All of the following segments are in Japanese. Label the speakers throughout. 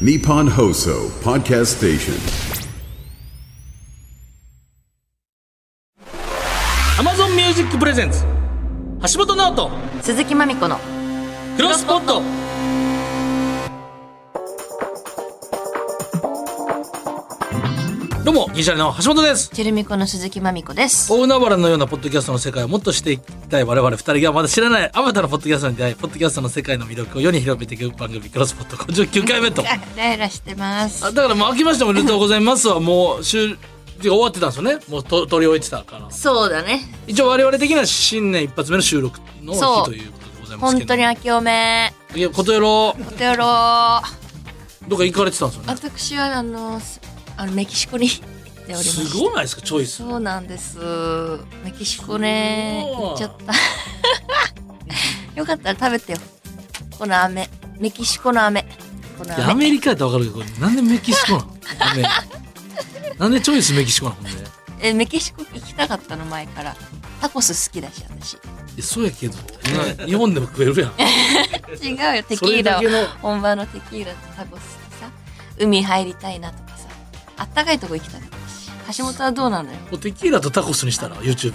Speaker 1: Nippon Hoso Podcast Station.
Speaker 2: Amazon Music Presents 橋本直人
Speaker 3: 鈴木まみこの
Speaker 2: クロスポットどうも銀シャリの橋本です
Speaker 3: チェルミコの鈴木まみこです
Speaker 2: 大海原のようなポッドキャストの世界をもっとしていきたい我々二人がまだ知らないあまたのポッドキャストに出会いポッドキャストの世界の魅力を世に広めていく番組「クロスポット」59回目 と
Speaker 3: あライラしてます
Speaker 2: あだからもう明けましておめでとうございますはもう終終わってたんですよねもうと取り終えてたから
Speaker 3: そうだね
Speaker 2: 一応我々的には新年一発目の収録の
Speaker 3: そ
Speaker 2: 日と
Speaker 3: う
Speaker 2: いうことでございます
Speaker 3: 本
Speaker 2: けど
Speaker 3: 当に明けおめ
Speaker 2: いやことやろ
Speaker 3: おてよろー
Speaker 2: どっか行かれてたんですよね
Speaker 3: 私はあのすあのメキシコに 行っておりますす
Speaker 2: ごないですかチョイス
Speaker 3: そうなんですメキシコね
Speaker 2: すごい
Speaker 3: 行っちゃった よかったら食べてよこの飴メキシコの飴この
Speaker 2: いやア
Speaker 3: 飴
Speaker 2: メリカやったら分かるけどこれなんでメキシコなのごめんなんでチョイスメキシコなのほんでい
Speaker 3: えメキシコ行きたかったの前からタコス好きだし私
Speaker 2: やそうやけどな日本でも食えるやん
Speaker 3: 違うよテキ
Speaker 2: それ
Speaker 3: ーラ
Speaker 2: だ
Speaker 3: を
Speaker 2: けの
Speaker 3: 本場のテキーラとタコスでさ海入りたいなとかさあったかいとこ行きたい橋本はどうなのよ
Speaker 2: もうテキーラとタコスにしたら YouTube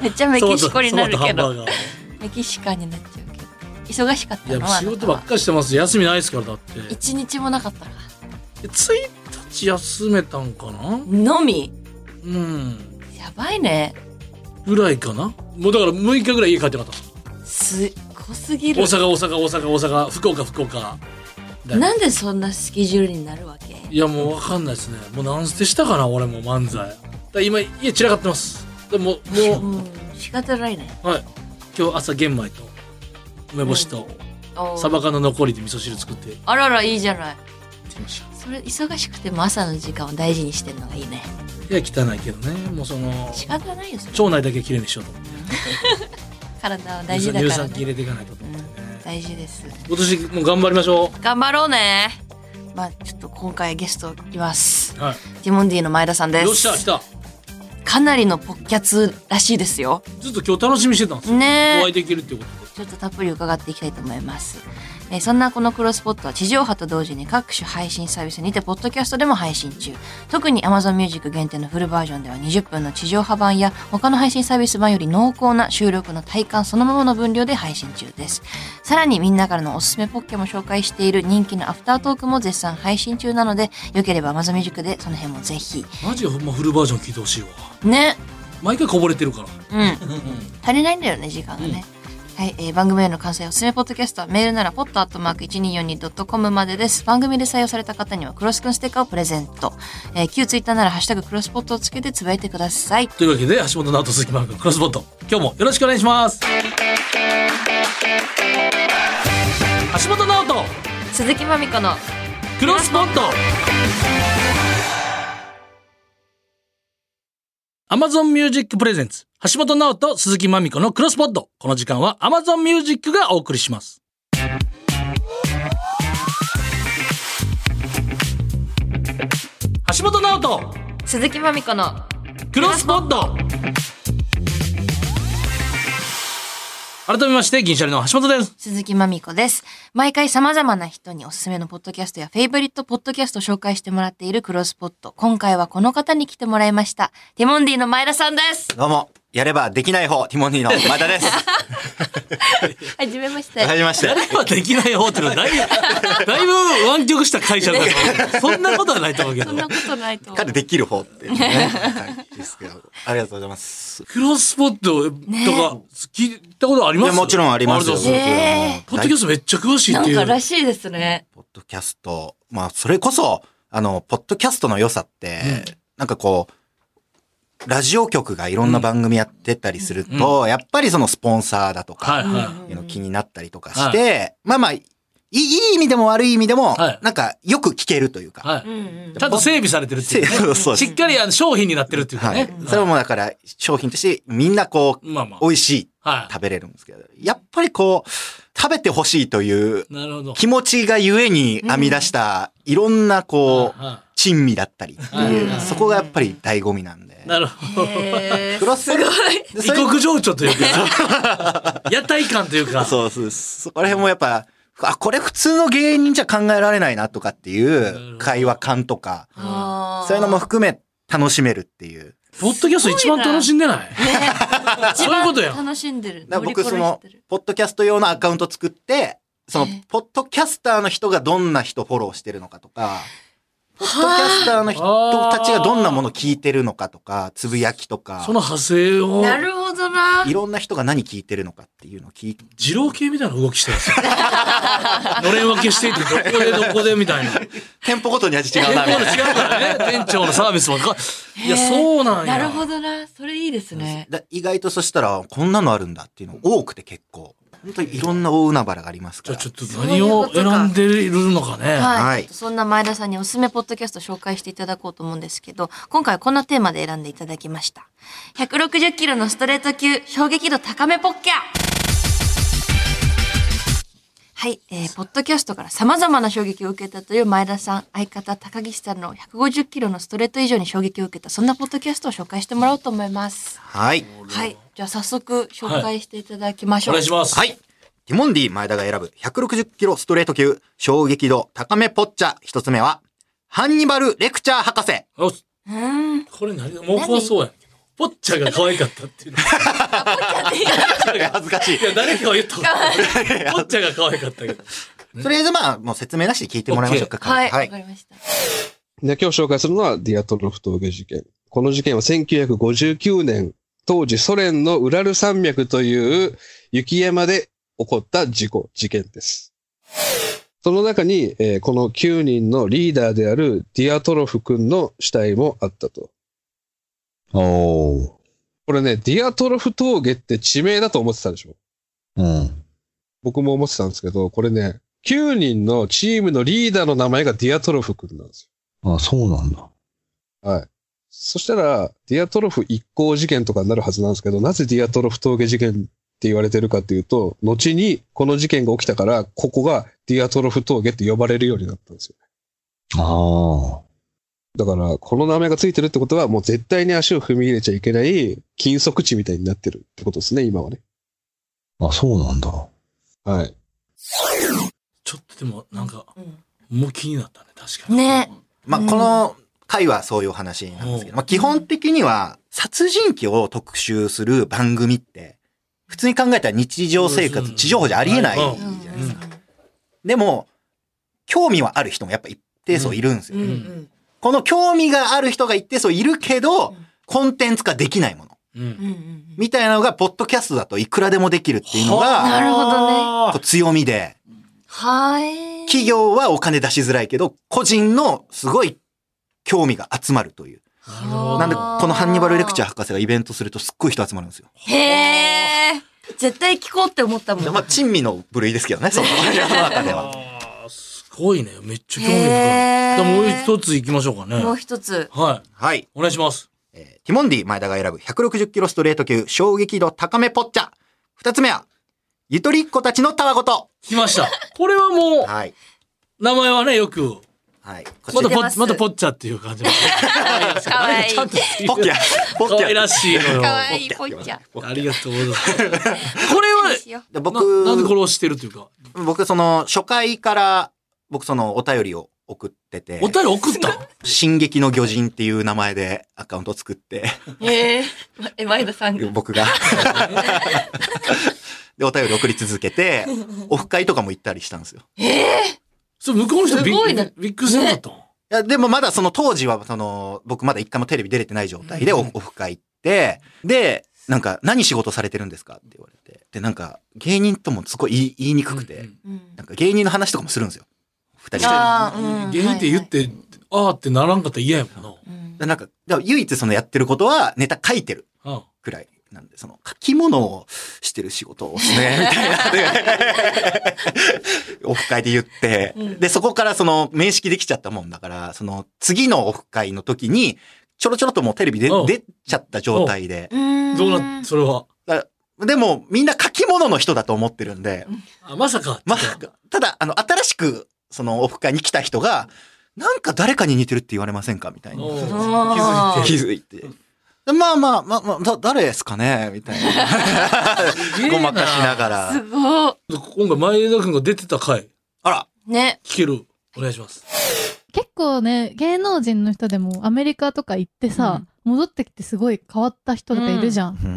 Speaker 3: めっちゃメキシコになる
Speaker 2: そばとハ
Speaker 3: け
Speaker 2: ンバ
Speaker 3: ど
Speaker 2: ーガー
Speaker 3: メキシカンになっちゃうけど忙しかった
Speaker 2: いやも
Speaker 3: の
Speaker 2: う
Speaker 3: あ
Speaker 2: 仕
Speaker 3: な
Speaker 2: 事
Speaker 3: た
Speaker 2: ばっ
Speaker 3: は
Speaker 2: かりしてます休みないですからだって
Speaker 3: 一日もなかったか
Speaker 2: 1日休めたんかな
Speaker 3: のみ
Speaker 2: うん
Speaker 3: やばいね
Speaker 2: ぐらいかなもうだから6日ぐらい家帰ってなかった
Speaker 3: すっごすぎ
Speaker 2: 大
Speaker 3: る
Speaker 2: 阪大阪大阪大阪福岡福岡だよ
Speaker 3: なんでそんなスケジュールになるわけ
Speaker 2: いやもうわかんないですねもう何捨てしたかな俺もう漫才だから今家散らかってますで も
Speaker 3: う
Speaker 2: も
Speaker 3: ん仕方ないね
Speaker 2: うはい今日朝玄米と梅干しと
Speaker 3: おー
Speaker 2: サバ缶の残りで味噌汁作って
Speaker 3: あららいいじゃない
Speaker 2: きました
Speaker 3: それ忙しくても朝の時間を大事にしてるのがいいね
Speaker 2: いや汚いけどねもうその
Speaker 3: 仕方ないよそれ
Speaker 2: 腸内だけきれいにしようと思って
Speaker 3: 体は大事だ
Speaker 2: 乳
Speaker 3: から
Speaker 2: 酸菌入
Speaker 3: ね
Speaker 2: れていかないとと思ってね
Speaker 3: 大事です
Speaker 2: 今年もう頑張りましょ
Speaker 3: 頑張ろうねまあちょっと今回ゲストいます
Speaker 2: うは
Speaker 3: ティモンディの前田さんで
Speaker 2: い
Speaker 3: す
Speaker 2: よっしゃ来た
Speaker 3: かなりのポッキャツらしいですよ
Speaker 2: ずっと今日楽しみにしてたんですよ
Speaker 3: ね
Speaker 2: お
Speaker 3: え
Speaker 2: 会いできるっていうこと
Speaker 3: ちょっとたっぷり伺っていきたいと思います。えーそんなこのクロスポットは地上波と同時に各種配信サービスにてポッドキャストでも配信中。特に Amazon Music 限定のフルバージョンでは20分の地上波版や他の配信サービス版より濃厚な収録の体感そのままの分量で配信中です。さらにみんなからのおすすめポッケも紹介している人気のアフタートークも絶賛配信中なので、よければ Amazon Music でその辺もぜひ。
Speaker 2: マジでほんまフルバージョン聞いてほしいわ
Speaker 3: ね。
Speaker 2: 毎回こぼれてるから
Speaker 3: うん。足りないんだよね、時間がね。はい、えー番組への感想やおすすめポッドキャストはメールなら pod.1242.com までです。番組で採用された方にはクロスくんステッカーをプレゼント。えー、旧ツイッターならハッシュタグクロスポットをつけてつぶやいてください。
Speaker 2: というわけで橋本直人鈴木マークのクロスボット今日もよろしくお願いします橋本直人
Speaker 3: 鈴木まみこの
Speaker 2: クロスボット Amazon Music Presents 橋本直人鈴木まみこのクロスボットこの時間は Amazon Music がお送りします橋本直人
Speaker 3: 鈴木まみこの
Speaker 2: クロスポット改めまして銀シャリの橋本です
Speaker 3: 鈴木まみこです。毎回様々な人におすすめのポッドキャストやフェイブリットポッドキャストを紹介してもらっているクロスポット。今回はこの方に来てもらいました。ティモンディの前田さんです。
Speaker 4: どうも、やればできない方、ティモンディの前 田です。は
Speaker 3: はじめまして。
Speaker 4: じめまして。
Speaker 2: やれば できない方っていうのはだいぶだいぶ湾曲した会社だと思うそんなことはないと思うけ
Speaker 3: そ
Speaker 2: ど
Speaker 3: んなことないと思
Speaker 4: 彼
Speaker 3: う。
Speaker 4: できる方っていう ね。はいですけどありがとうございます。
Speaker 2: クロスポットとか聞いたことあり
Speaker 4: い
Speaker 2: ま
Speaker 4: や
Speaker 2: す
Speaker 4: もちろんありますよ。
Speaker 2: あれだ
Speaker 3: ねえ
Speaker 2: ポッドキャストめっちゃ詳しいっ
Speaker 3: な
Speaker 2: て
Speaker 3: ん
Speaker 2: いう
Speaker 3: か。らしいですね。
Speaker 4: ポッドキャスト、まあ、それこそ、あの、ポッドキャストの良さって、なんかこう、ラジオ局がいろんな番組やってたりすると、やっぱりそのスポンサーだと
Speaker 2: はい
Speaker 4: か、
Speaker 2: は
Speaker 4: いうの気になったりとかして、まあまあ、いいい意味でも悪い意味でも、
Speaker 2: はい
Speaker 4: なんかよく聞けるというか、
Speaker 2: い。は
Speaker 3: うんうん
Speaker 2: い。ちゃんと整備されてるっていうね。
Speaker 4: そうそう
Speaker 2: しっかりあの商品になってるっていうか
Speaker 4: はい
Speaker 2: ね。。
Speaker 4: それはもうだから、商品としてみんなこう、
Speaker 2: まあまあ
Speaker 4: 美。味しい、
Speaker 2: はい。
Speaker 4: 食べれるんですけど、やっぱりこう、食べてほしいという
Speaker 2: なるほど。
Speaker 4: 気持ちがゆえに編み出した、いろんなこう、
Speaker 2: は
Speaker 4: 珍味だったりって、
Speaker 2: はいいう
Speaker 4: そこがやっぱり醍醐味なんで
Speaker 2: い。なるほど。
Speaker 3: へー
Speaker 4: クロスすごい。で
Speaker 2: 異
Speaker 4: そ れ
Speaker 2: 国情緒というか、屋台感というか。
Speaker 4: そうそう、そこら辺もやっぱ、あ、これ普通の芸人じゃ考えられないなとかっていう会話感とか、
Speaker 3: あー
Speaker 4: そういうのも含め楽しめるっていう。
Speaker 2: ポッドキャスト一番楽しんでない
Speaker 3: ね
Speaker 2: そういうことやん
Speaker 3: 一番楽しんでる。
Speaker 4: だから僕
Speaker 3: 乗
Speaker 4: そ
Speaker 3: りこな
Speaker 4: の
Speaker 3: してる、
Speaker 4: ポッドキャスト用のアカウント作って、その
Speaker 3: ええ、
Speaker 4: ポッドキャスターの人がどんな人フォローしてるのかとか、ポッドキャスターの人たちがどんなもの聞いてるのかとか、つぶやきとか。
Speaker 2: そ、の派生を
Speaker 3: なるほどない
Speaker 4: ろんな人が何聞いてるのかっていうのを聞いて、
Speaker 2: 二郎系みたいな動きしてるんですよのれん分けしていてどこで どこでみたいな
Speaker 4: 店舗ごとに味違
Speaker 2: 店
Speaker 4: うな、み
Speaker 2: 舗の
Speaker 4: たいな。
Speaker 2: 違うからね店長のサービスもかいや
Speaker 3: へー
Speaker 2: そうなんや
Speaker 3: なるほどな。それいいですね。
Speaker 4: だ意外とそしたら、こんなのあるんだっていうの多くて結構。本当にいろんな大海原があります
Speaker 2: じ
Speaker 4: か
Speaker 2: ゃあ
Speaker 4: ら。
Speaker 2: ちょっと何を選んでいるのかね
Speaker 3: は。
Speaker 4: はいい
Speaker 3: ちょっとそんな前田さんにおすすめポッドキャスト紹介していただこうと思うんですけど、今回はこんなテーマで選んでいただきました。160キロのストレート級、衝撃度高めポッキャはい、えー、ポッドキャストから様々な衝撃を受けたという前田さん、相方高岸さんの150キロのストレート以上に衝撃を受けた、そんなポッドキャストを紹介してもらおうと思います。
Speaker 4: はい。
Speaker 3: はい、じゃあ早速紹介していただきましょ
Speaker 2: お
Speaker 3: う。
Speaker 2: 願いします
Speaker 4: はい。ティモンディ前田が選ぶ160キロストレート級、衝撃度高めポッチャ。一つ目は、ハンニバルレクチャー博士。
Speaker 2: お
Speaker 3: うーん。
Speaker 2: これ何もう怖そうやんけどポッチャが可愛かったっていうの
Speaker 4: 恥ずかしい
Speaker 2: い。や誰かが言ったことポッチャが可愛かったけど
Speaker 4: とりあえずまあ、もう説明なしで聞いてもらいましょうか。
Speaker 3: はい、わ、
Speaker 4: は
Speaker 3: か
Speaker 4: い。
Speaker 3: りました。
Speaker 5: で、今日紹介するのは、ディアトロフ峠事件。この事件は1959年、当時ソ連のウラル山脈という雪山で起こった事故、事件です。その中に、えーこの9人のリーダーであるディアトロフ君の死体もあったと。
Speaker 6: おー。
Speaker 5: これね、ディアトロフ峠って地名だと思ってたでしょ
Speaker 6: うん。
Speaker 5: 僕も思ってたんですけど、これね、9人のチームのリーダーの名前がディアトロフ君なんですよ
Speaker 6: あ、そうなんだ。
Speaker 5: はい。そしたら、ディアトロフ一行事件とかになるはずなんですけど、なぜディアトロフ峠事件って言われてるかっていうと、後にこの事件が起きたから、ここがディアトロフ峠って呼ばれるようになったんですよ。
Speaker 6: ああ。
Speaker 5: だから、この名前がついてるってことは、もう絶対に足を踏み入れちゃいけない禁足地みたいになってるってことですね、今はね。
Speaker 6: あ、そうなんだ。
Speaker 5: はい。
Speaker 2: ちょっとでもなんか
Speaker 3: うん
Speaker 2: もう気になったね確かに
Speaker 3: ね
Speaker 4: まあ、この回はそういうお話なんですけ
Speaker 2: うん
Speaker 4: ど、まあ、基本的には、殺人鬼を特集する番組って、普通に考えたら日常生
Speaker 2: う
Speaker 4: 活、
Speaker 2: ん
Speaker 4: 地上波じゃありえないじ
Speaker 2: う
Speaker 4: ゃ
Speaker 2: ん
Speaker 4: ない
Speaker 2: で
Speaker 4: ですす
Speaker 2: か
Speaker 4: か。でも、興味はある人もやっぱ一定数いるんですよ。
Speaker 3: うんうん
Speaker 4: この興味がある人が一定数いるけ
Speaker 3: う
Speaker 4: ど
Speaker 3: ん、
Speaker 4: コンテンツ化できないもの。
Speaker 2: うんうん
Speaker 3: うんうん
Speaker 4: みたいなのが、ポッドキャストだといくらでもできるっていうの
Speaker 3: はあな
Speaker 4: が、
Speaker 3: るほどね
Speaker 4: こう強みで、
Speaker 3: はい。
Speaker 4: 企業はお金出しづらいけど、個人のすごい興味が集まるという。
Speaker 2: なるほど
Speaker 4: なんで、
Speaker 3: あー
Speaker 4: このハンニバルレクチャー博士がイベントするとすっごい人集まるんですよ。
Speaker 3: へえ。絶対聞こうって思ったもん。
Speaker 4: まあ、珍味の部類ですけどね、その世の中では。
Speaker 2: あーすごいねめっちゃ興味
Speaker 3: へー
Speaker 2: 深いもう一つ行きましょうかね
Speaker 3: もう一つ。
Speaker 2: はい
Speaker 4: はい。
Speaker 2: お願いします
Speaker 4: えーティモンディ前田が選ぶ160キロストレート級衝撃度高めポッチャ。二つ目は、ゆとりっ子たちのたわごと。
Speaker 2: 来ましたこれはもう
Speaker 4: はい。
Speaker 2: 名前はねよく
Speaker 4: はい。こ
Speaker 2: ま
Speaker 4: ち
Speaker 2: た
Speaker 4: ら、
Speaker 2: ポ
Speaker 3: ます
Speaker 2: ッまたポッチャっていう感 じの
Speaker 3: かわいい
Speaker 2: ちゃんと
Speaker 4: ポッキャ。ポ
Speaker 2: 可
Speaker 4: ッキ
Speaker 2: 愛ら
Speaker 4: ャ。
Speaker 2: しいのよ
Speaker 3: かわいい、ぽいちゃん。
Speaker 2: ありがとうござい ますこれは
Speaker 3: しよ
Speaker 4: で
Speaker 2: ななんでこ
Speaker 4: 僕、
Speaker 2: れをしてるというか
Speaker 4: 僕、その、初回から、僕、その、お便りを送ってて
Speaker 2: お、便り送ったの
Speaker 4: 進撃の巨人っていう名前でアカウントを 作って、
Speaker 3: うへえ。まえ、前田さんが。
Speaker 4: 僕が。 で、お便り送り続けて、オフ会とかも行ったりしたんですよ。
Speaker 2: そう向こうの人び
Speaker 3: すごいね
Speaker 2: びっくりしなかったの
Speaker 4: いや、でもまだその当時は、その、僕まだ一回もテレビ出れてない状態でオオフ会行って、で、なんか、何仕事されてるんですかって言われて。で、なんか、芸人ともすごい言い言いにくく
Speaker 2: う
Speaker 4: て
Speaker 2: ん、
Speaker 3: うん
Speaker 4: なんか芸人の話とかもするんですよ。二人で。
Speaker 3: あーうん
Speaker 2: 芸人って言って、ああってならんかったら嫌やもんな
Speaker 3: うん
Speaker 4: でなんか、でも唯一そのやってることはネタ書いてる
Speaker 2: うん
Speaker 4: くらいなんで、その書き物をしてる仕事をですね、みたいなで。オフ会で言って、で、そこからその面識できちゃったもんだから、その次のオフ会の時に、ちょろちょろっともうテレビで
Speaker 2: うん
Speaker 4: 出ちゃった状態で。
Speaker 3: うん
Speaker 2: どうなそれは
Speaker 4: だからでも、みんな書き物の人だと思ってるんで、
Speaker 2: あまさか
Speaker 4: まあ、ただ、あの、新しく、そのオフ会に来た人が、なんか誰かに似てるって言われませんかみたいな。
Speaker 2: おう
Speaker 4: 気づいて。まあまあまあまあ、だ、誰ですかねみたい
Speaker 2: げえ
Speaker 4: な。
Speaker 2: な
Speaker 4: ごまかしながら。
Speaker 3: すごい。
Speaker 2: 今回前田くんが出てた回、
Speaker 4: あら、
Speaker 3: ね。
Speaker 2: 聞ける。お願いします。
Speaker 7: 結構ね、芸能人の人でもアメリカとか行ってさ、戻ってきてすごい変わった人とかいるじゃん。
Speaker 8: う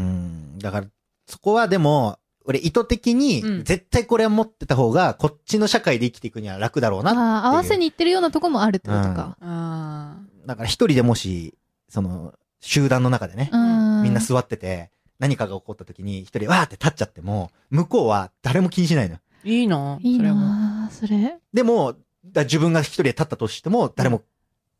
Speaker 8: ん。だから、そこはでも、俺意図的に
Speaker 3: うん、
Speaker 8: 絶対これは持ってた方が、こっちの社会で生きていくには楽だろうな。
Speaker 7: ああ、合わせに行ってるようなとこもあるってことか。
Speaker 3: あ
Speaker 8: だから一人でもし、その、集団の中でね、
Speaker 7: うん。
Speaker 8: みんな座ってて、何かが起こった時に一人わーって立っちゃっても、向こうは誰も気にしないのよ。
Speaker 9: いいな。
Speaker 7: いい
Speaker 9: それも。
Speaker 7: なあそれ。
Speaker 8: でも、だ自分が一人で立ったとしても、誰も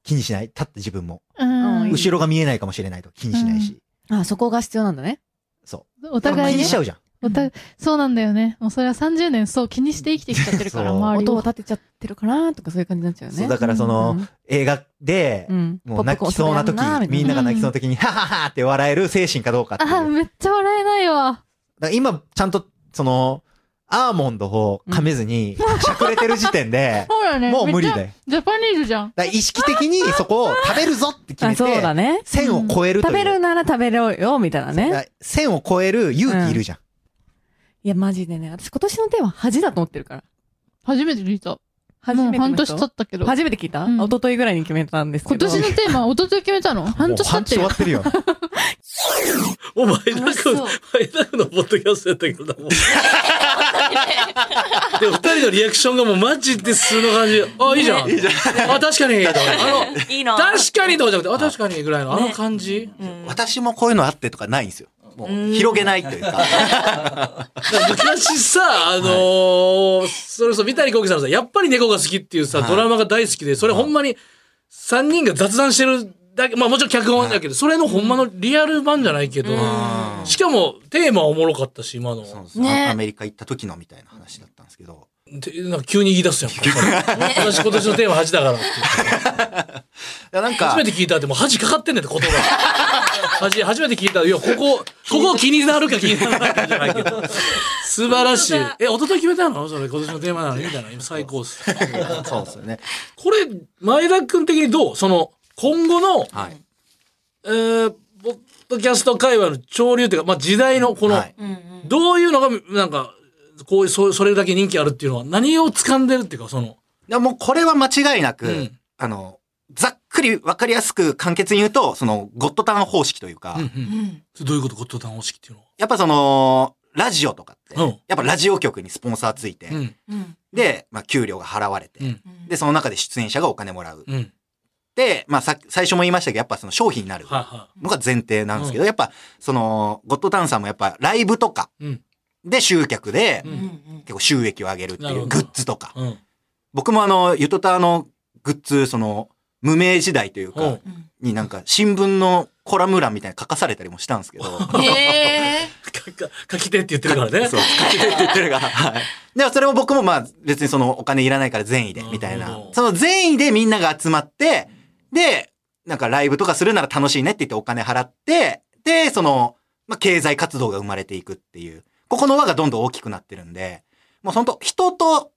Speaker 8: 気にしない。立った自分も。
Speaker 7: うん。
Speaker 8: 後ろが見えないかもしれないと気にしないし。
Speaker 9: あ、そこが必要なんだね。
Speaker 8: そ
Speaker 7: お
Speaker 8: う。
Speaker 7: 互い
Speaker 8: 気に
Speaker 7: ね
Speaker 8: しち。ゃうじゃん。
Speaker 7: おたそうなんだよね。もうそれは30年そう気にして生きてきちゃってるから、
Speaker 8: そう
Speaker 7: 周り
Speaker 9: 音を
Speaker 7: を。
Speaker 9: 立てちゃってるかなとかそういう感じになっちゃうよね。
Speaker 8: そうだからその、映画で
Speaker 9: う、ん、
Speaker 8: もう泣きそうな時、みんなが泣きそうな時に、はははって笑える精神かどうかっていう。
Speaker 7: ああ、めっちゃ笑えないわ。
Speaker 8: だから今、ちゃんと、その、アーモンドを噛めずに、しゃくれてる時点で、
Speaker 7: ほ らね。
Speaker 8: もう無理だ
Speaker 7: めっ
Speaker 8: よ。
Speaker 7: ちゃジャパニーズじゃん。
Speaker 8: だから意識的にそこを食べるぞって決
Speaker 9: あ、
Speaker 8: め
Speaker 9: そうだ
Speaker 8: て、
Speaker 9: ね。
Speaker 8: 線を超えるとい
Speaker 9: 食
Speaker 8: う。
Speaker 9: べるなら食べろよ、みたい
Speaker 8: だ
Speaker 9: な
Speaker 8: か
Speaker 9: ね。
Speaker 8: ら線を超える勇気いるじゃん。
Speaker 9: いや、マジでね。私今年のテーマ恥だと思ってるから。
Speaker 7: 初めて聞いた。
Speaker 9: 初
Speaker 7: も
Speaker 9: め
Speaker 7: う
Speaker 9: て
Speaker 7: 半年経ったけど。
Speaker 9: 初めて聞いた、
Speaker 7: うん
Speaker 9: 一昨日ぐらいに決めたんですけ
Speaker 7: 今
Speaker 9: ど。
Speaker 7: 年のテーマ、一昨日決めたの半年経ってる
Speaker 8: もう
Speaker 7: よ
Speaker 8: 半。終わってるよ。
Speaker 2: お前田
Speaker 3: 楽し
Speaker 2: 君、
Speaker 3: そう
Speaker 2: 前田君のポッドキャストやったけどな、もう。で、二人のリアクションがもうマジで素の感じ。あ、いいじゃん。あ、確かに。あの、
Speaker 3: いいな。
Speaker 2: 確かにとかじゃなくて、あ、確かにぐらいの、あの感じ。
Speaker 3: うん
Speaker 4: 私もこういうのあってとかないんですよ。もう
Speaker 3: うん
Speaker 4: 広げないというか。
Speaker 2: 昔さ、あのーそれこそ三谷幸喜さんのさ、やっぱり猫が好きっていうさ、
Speaker 4: はい
Speaker 2: ドラマが大好きで、それほんまに3人が雑談してるだけ、まあもちろん脚本だけど、それのほんまのリアル版じゃないけど、
Speaker 4: うん
Speaker 2: しかもテーマはおもろかったし、今の。
Speaker 4: そうそう
Speaker 3: ね
Speaker 4: アメリカ行った時のみたいな話だったんですけど。
Speaker 2: てなんか急に言い出すやん。 私今年のテーマ恥だからって。
Speaker 4: いやなんか
Speaker 2: 初め、て聞いたってもう恥かかってんねんって言葉。恥、初めて聞いた。いや、ここ、ここ気になるか気にならないかじゃないけど。素晴らしい。え、一昨日決めたのそれ今年のテーマなのみたいな。今最高っす。
Speaker 4: そうですよね。
Speaker 2: これ、前田君的にどうその、今後の、
Speaker 4: はい。
Speaker 2: えー、ポッドキャスト界隈の潮流というか、まあ時代のこの、
Speaker 4: はい
Speaker 3: うんうん
Speaker 2: どういうのが、なんか、こういう、そうそれだけ人気あるっていうのは、何を掴んでるっていうか、その、
Speaker 4: でももうこれは間違いなく、
Speaker 2: うん
Speaker 4: あの、ざっくりわかりやすく簡潔に言うと、その、ゴッドタン方式というか、
Speaker 2: うんう
Speaker 3: うんん
Speaker 2: それどういうことゴッドタン方式っていうのは。
Speaker 4: やっぱその、ラジオとかって、
Speaker 2: うん
Speaker 4: やっぱラジオ局にスポンサーついて、
Speaker 2: うん、
Speaker 3: うん
Speaker 4: で、まあ、給料が払われて、
Speaker 2: うん、
Speaker 3: うん
Speaker 4: で、その中で出演者がお金もらう。
Speaker 2: うん。
Speaker 4: で、まあ、さ最初も言いましたけど、やっぱその商品になる
Speaker 2: はいは
Speaker 4: のが前提なんですけど、やっぱ、その、ゴッドタウンさんもやっぱライブとか
Speaker 2: い。うん、
Speaker 4: で集客で、
Speaker 2: う
Speaker 3: うん
Speaker 2: ん、
Speaker 3: うん
Speaker 4: 結構収益を上げるって
Speaker 2: ないる
Speaker 4: う
Speaker 2: ほ
Speaker 4: グ
Speaker 2: ど
Speaker 4: ッズとか。
Speaker 2: うん。
Speaker 4: 僕もあの、ゆとたわのグッズ、その、無名時代という
Speaker 2: う
Speaker 4: か
Speaker 2: ん、
Speaker 3: うん
Speaker 4: になんか新聞のコラム欄みたいに書かされたりもしたんです けど、
Speaker 3: へ
Speaker 2: かか書き手って言ってるからね。
Speaker 4: そう、書き手って言ってるが、はい。でもそれも僕もまあ別にそのお金いらないから善意で、みたい
Speaker 2: なる
Speaker 4: な
Speaker 2: ほ。ど
Speaker 4: その善意でみんなが集まって、で、なんかライブとかするなら楽しいねって言ってお金払って、で、その、まあ経済活動が生まれていくっていう。ここの輪がどんどん大きくなってるんで、もう本当人と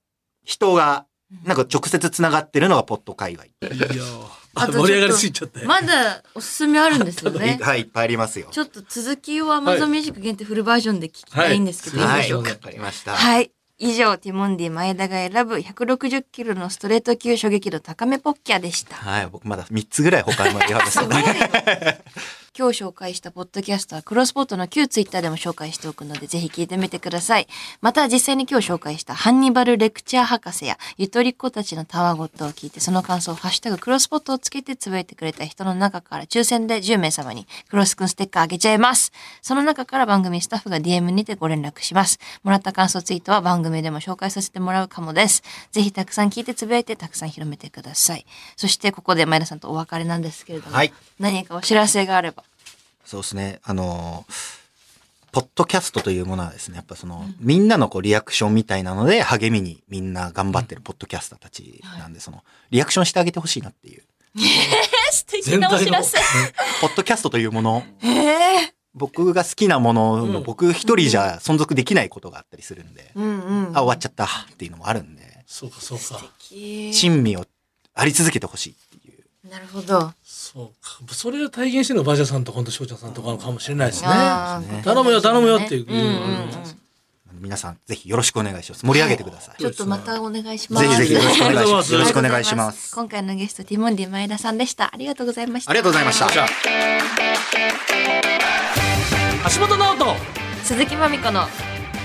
Speaker 4: 人が、なんか直接つながってるのがポット海外。
Speaker 2: いやー
Speaker 3: あとちょっ
Speaker 2: 盛
Speaker 3: と
Speaker 2: り上がりすぎちゃった
Speaker 3: え
Speaker 2: よ。
Speaker 3: まだおすすめあるんですよね。
Speaker 4: はい、いっぱいありますよ。
Speaker 3: ちょっと続きを Amazon Music 限定フルバージョンで聞きたいんですけど、
Speaker 2: ょっと
Speaker 3: いい
Speaker 4: は
Speaker 3: で
Speaker 4: い、
Speaker 3: しょう
Speaker 4: わ
Speaker 3: か
Speaker 4: かりました。
Speaker 3: はい。以上、ティモンディ前田が選ぶ160キロのストレート級衝撃度高めポッキャでした。
Speaker 4: はい、僕まだ3つぐらい他にもやらせて
Speaker 3: 今日紹介したポッドキャストはクロスポットの旧ツイッターでも紹介しておくのでぜひ聞いてみてください。また実際に今日紹介したハンニバルレクチャー博士やゆとりっ子たちのたわごとを聞いてその感想をハッシュタグクロスポットをつけてつぶえてくれた人の中から抽選で10名様にクロスくんステッカーあげちゃいます。その中から番組スタッフが DM にてご連絡します。もらった感想ツイートは番組でも紹介させてもらうかもです。ぜひたくさん聞いてつぶやいてたくさん広めてください。そしてここで前田さんとお別れなんですけれども、
Speaker 4: はい
Speaker 3: 何かお知らせがあれば。
Speaker 4: そうですね。あのーポッドキャストというものはですね、やっぱその、みんなのこうリアクションみたいなので、励みにみんな頑張ってるポッドキャスターたちなんで、その、リアクションしてあげてほしいなっていう。
Speaker 3: 素敵なお知らせ。
Speaker 4: ポッドキャストというもの、
Speaker 3: ええ
Speaker 4: 僕が好きなもの
Speaker 2: う
Speaker 4: の、
Speaker 2: ん
Speaker 4: 僕一人じゃ存続できないことがあったりするんで、
Speaker 3: うんうん。
Speaker 4: あ、終わっちゃったっていうのもあるんで、
Speaker 2: そうかそうか。
Speaker 3: 素敵。
Speaker 4: 珍味をあり続けてほしいっていう。
Speaker 3: なるほど。
Speaker 2: そうか。それを体現してるのが馬車さんと本当翔ちゃんさんとかのかもしれないですね。
Speaker 3: あー
Speaker 4: ね
Speaker 2: 頼むよ頼むよっていう
Speaker 3: うんうんうん
Speaker 4: 皆さん、ぜひよろしくお願いします。盛り上げてください。
Speaker 3: ちょっとまたお願いします。
Speaker 4: ぜひぜひよろしくお願いし
Speaker 2: あ
Speaker 4: ます。
Speaker 2: り
Speaker 4: よろ
Speaker 2: がと
Speaker 4: しくお願いします。
Speaker 3: 今回のゲスト、ティモンディ前田さんでした。ありがとうございました。
Speaker 4: ありがとうございました。
Speaker 2: 橋本直人、
Speaker 3: 鈴木まみこの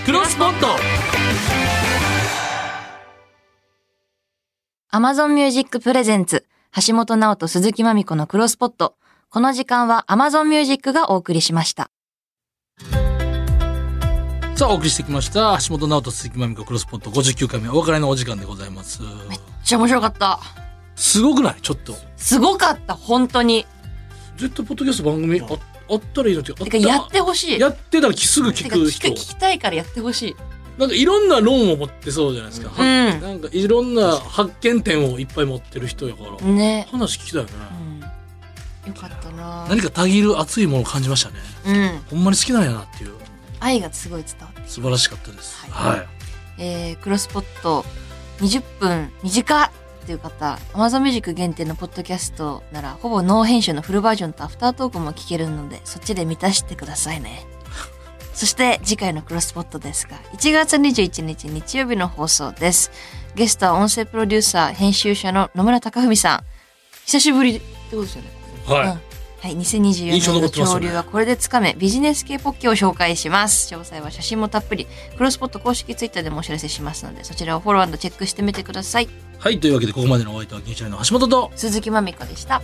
Speaker 2: クロスポット
Speaker 3: Amazon Music Presents 橋本直人鈴木まみこのクロスポット。この時間は Amazon Music がお送りしました。
Speaker 2: さあ、お送りしてきました。橋本直人、鈴木まみこ、クロスポット59回目、お別れのお時間でございます。
Speaker 3: めっちゃ面白かった。
Speaker 2: すごくないちょっと。
Speaker 3: すごかった、本当に。
Speaker 2: 絶対、ポッドキャスト番組ああったらいいのって。あ
Speaker 3: て
Speaker 2: た
Speaker 3: か、やってほしい。
Speaker 2: やってたらすぐ聞
Speaker 3: て
Speaker 2: く
Speaker 3: か聞く
Speaker 2: 人
Speaker 3: 聞。きたいからやってほしい。
Speaker 2: なんかいろんな論を持ってそうじゃないですか。
Speaker 3: う
Speaker 2: は
Speaker 3: ん。
Speaker 2: なんかいろんな発見点をいっぱい持ってる人やから。
Speaker 3: ね。
Speaker 2: 話聞きたいよね。
Speaker 3: うんよかったな
Speaker 2: 何かたぎる熱いものを感じましたね。
Speaker 3: うん。
Speaker 2: ほんまに好きなんやなっていう。
Speaker 3: 愛がすごい伝わって
Speaker 2: 素晴らしかったです。
Speaker 3: はい
Speaker 2: はい。
Speaker 3: えー、クロスポット20分短っていう方 Amazon Music 限定のポッドキャストならほぼノー編集のフルバージョンとアフタートークも聞けるのでそっちで満たしてくださいね そして次回のクロスポットですが1月21日日曜日の放送ですゲストは音声プロデューサー編集者の野村貴文さん久しぶりってことですよね
Speaker 2: はい。
Speaker 3: うんはい、2024
Speaker 2: 印象残
Speaker 3: 年の
Speaker 2: ってますよ
Speaker 3: 潮
Speaker 2: ね
Speaker 3: 流はこれでつかめ、ビジネス系ポッケを紹介します。詳細は写真もたっぷり、クロスポット公式ツイッターでもお知らせしますので、そちらをフォローチェックしてみてください。
Speaker 2: はい。というわけで、ここまでのお相手は、銀シャリの橋本と、
Speaker 3: 鈴木まみこでした。